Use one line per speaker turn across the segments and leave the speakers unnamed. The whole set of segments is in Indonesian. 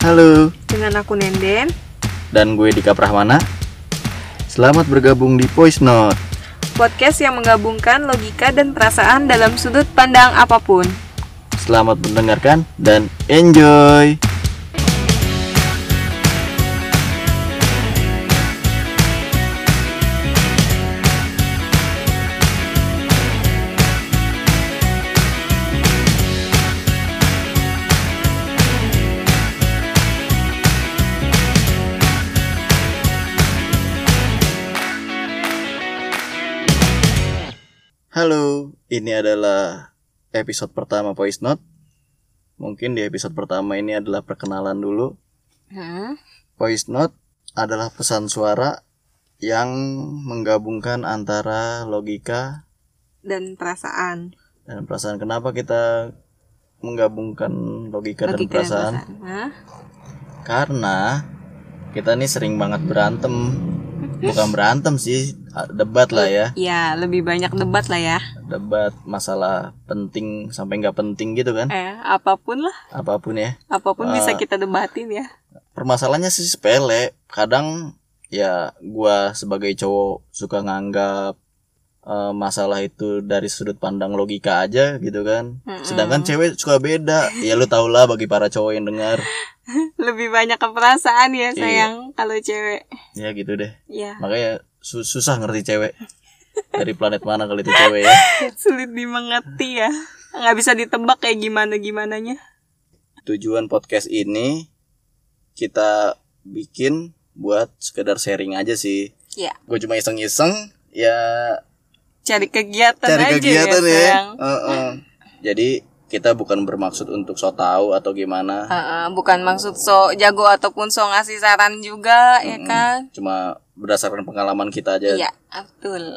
Halo,
dengan aku Nenden.
dan gue Dika Prahmana. Selamat bergabung di Voice Note.
Podcast yang menggabungkan logika dan perasaan dalam sudut pandang apapun.
Selamat mendengarkan dan enjoy. Halo, ini adalah episode pertama Voice Note. Mungkin di episode pertama ini adalah perkenalan dulu.
Hmm?
Voice note adalah pesan suara yang menggabungkan antara logika
Dan perasaan.
dan perasaan. Kenapa kita menggabungkan logika, dan
Logika
perasaan?
Hah?
Karena kita nih sering banget berantem. Bukan berantem sih, debat lah ya.
Ya, lebih banyak debat lah ya.
Debat masalah penting sampai nggak penting gitu kan.
Eh, apapun lah.
Apapun ya.
Apapun bisa kita debatin ya.
permasalahannya sih sepele kadang ya gua sebagai cowok suka nganggap eh, masalah itu dari sudut pandang logika aja gitu kan
Hmm.
sedangkan cewek suka beda ya lu tau lah bagi para cowok yang dengar
Lebih banyak ke perasaan
Iya.
ya, sayang. Kalau cewek.
ya gitu deh
Ya,
makanya su- susah ngerti cewek dari planet mana kali itu cewek ya
sulit dimengerti ya. Nggak bisa ditebak kayak gimana-gimananya.
tujuan podcast ini kita bikin buat sekedar sharing aja sih
Ya.
gue cuma iseng-iseng ya
Cari kegiatan
cari
aja
kegiatan
ya,
ya.
sayang.
Heeh. Jadi kita bukan bermaksud untuk so tahu atau gimana,
Heeh, bukan maksud so jago ataupun so ngasih saran juga, ya kan?
cuma berdasarkan pengalaman kita aja.
Iya, betul.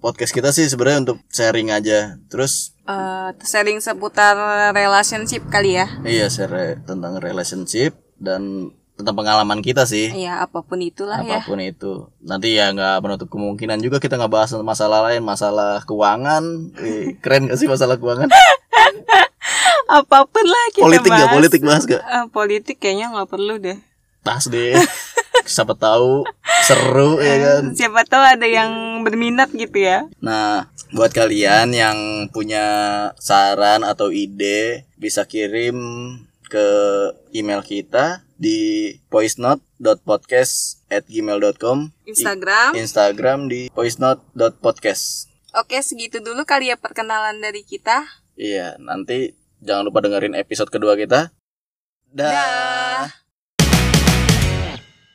Podcast kita sih sebenarnya untuk sharing aja. Terus
eh sharing seputar relationship kali ya.
iya share tentang relationship dan tentang pengalaman kita sih.
Ya apapun itulah ya.
Apapun itu Nanti ya nggak menutup kemungkinan juga Kita nggak bahas masalah lain Masalah keuangan Wih, Keren gak sih masalah keuangan
Apapun lah kita
Politik
bahas.
gak? Politik bahas gak?
Eh, politik kayaknya nggak perlu deh.
Tas deh Siapa tahu Seru ya kan
Siapa tahu ada yang berminat gitu ya.
Nah, buat kalian yang punya saran atau ide bisa kirim ke email kita di voicenote.podcast@gmail.com,
Instagram.
Instagram di voicenote.podcast.
Oke segitu dulu kali ya perkenalan dari kita.
Iya, nanti jangan lupa dengerin episode kedua kita. Dah.
Dah.